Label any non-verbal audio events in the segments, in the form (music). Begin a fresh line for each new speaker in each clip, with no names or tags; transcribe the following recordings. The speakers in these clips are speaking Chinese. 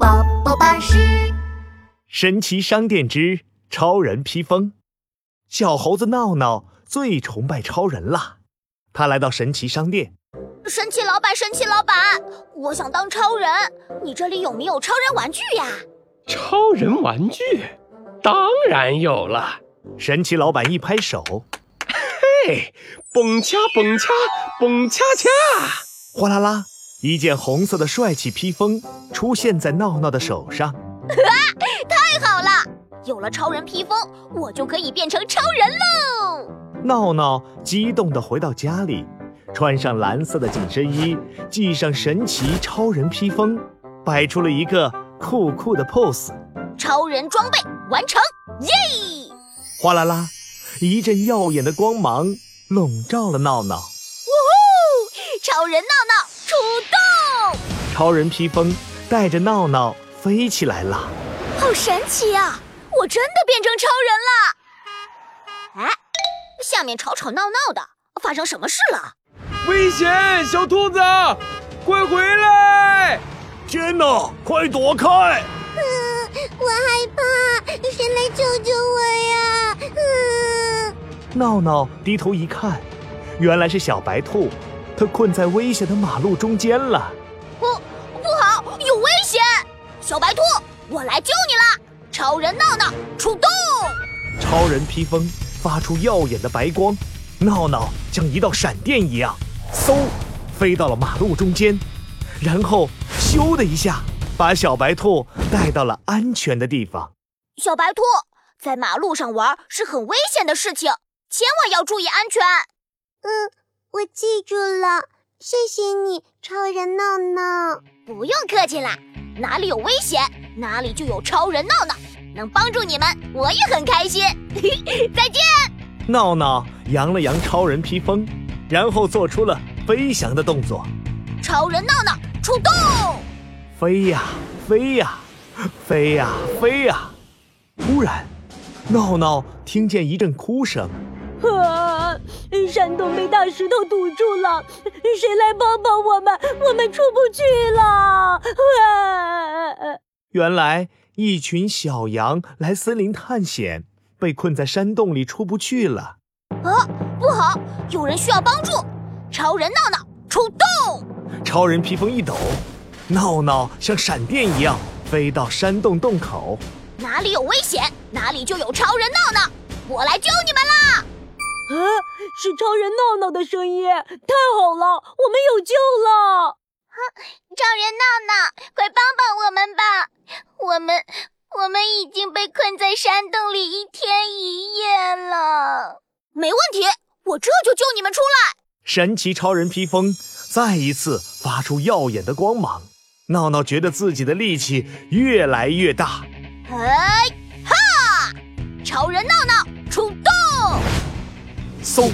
巴士
神奇商店之超人披风。小猴子闹闹最崇拜超人啦，他来到神奇商店，
神奇老板，神奇老板，我想当超人，你这里有没有超人玩具呀？
超人玩具，当然有了。
神奇老板一拍手，
嘿，蹦恰蹦恰蹦恰恰，
哗啦啦，一件红色的帅气披风出现在闹闹的手上。
太好了，有了超人披风，我就可以变成超人喽！
闹闹激动地回到家里，穿上蓝色的紧身衣，系上神奇超人披风，摆出了一个酷酷的 pose。
超人装备完成，耶！
哗啦啦，一阵耀眼的光芒笼罩了闹闹。
超人闹闹出动，
超人披风带着闹闹飞起来了。
好神奇啊！我真的变成超人了！哎，下面吵吵闹闹的，发生什么事了？
危险！小兔子，快回来！
天哪，快躲开！
呃我害怕，谁来救救我呀？嗯，
闹闹低头一看，原来是小白兔，它困在危险的马路中间了。
不好，有危险！小白兔，我来救你啦！超人闹闹出动，
超人披风发出耀眼的白光，闹闹像一道闪电一样，嗖，飞到了马路中间，然后咻的一下，把小白兔带到了安全的地方。
小白兔在马路上玩是很危险的事情，千万要注意安全。
我记住了，谢谢你，超人闹闹。
不用客气啦，哪里有危险，哪里就有超人闹闹，能帮助你们，我也很开心。 (laughs) 再见。
闹闹扬了扬超人披风，然后做出了飞翔的动作，
超人闹闹出动，
飞呀飞呀，飞呀飞呀。突然，闹闹听见一阵哭声。
啊！山洞被大石头堵住了，谁来帮帮我们？我们出不去了！啊！
原来一群小羊来森林探险，被困在山洞里出不去了。
不好，有人需要帮助。超人闹闹出动，
超人披风一抖，闹闹像闪电一样飞到山洞洞口。
哪里有危险，哪里就有超人闹闹，我来救你们啦！
啊！是超人闹闹的声音，太好了，我们有救了！
超人闹闹，快帮帮我们吧！我们我们已经被困在山洞里一天一夜了。没问题，我这就救你们出来。
神奇超人披风再一次发出耀眼的光芒，闹闹觉得自己的力气越来越大。
哎哈！超人闹闹出动，
嗖，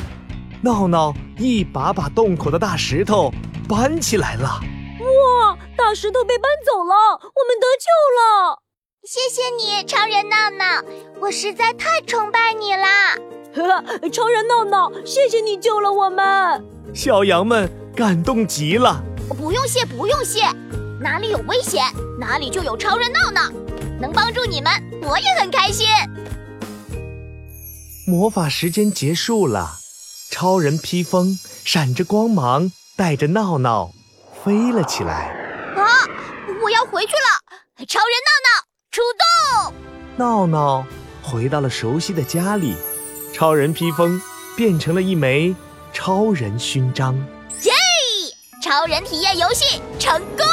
闹闹一把把洞口的大石头搬起来了。
哇，啊大石头被搬走了，我们得救了！
谢谢你，超人闹闹，我实在太崇拜你啦！
啊、超人闹闹，谢谢你救了我们。
小羊们感动极了。
不用谢，不用谢，哪里有危险，哪里就有超人闹闹，能帮助你们，我也很开心。
魔法时间结束了，超人披风闪着光芒，带着闹闹飞了起来。
我要回去了，超人闹闹出动，
闹闹回到了熟悉的家里，超人披风变成了一枚超人勋章。
超人体验游戏成功。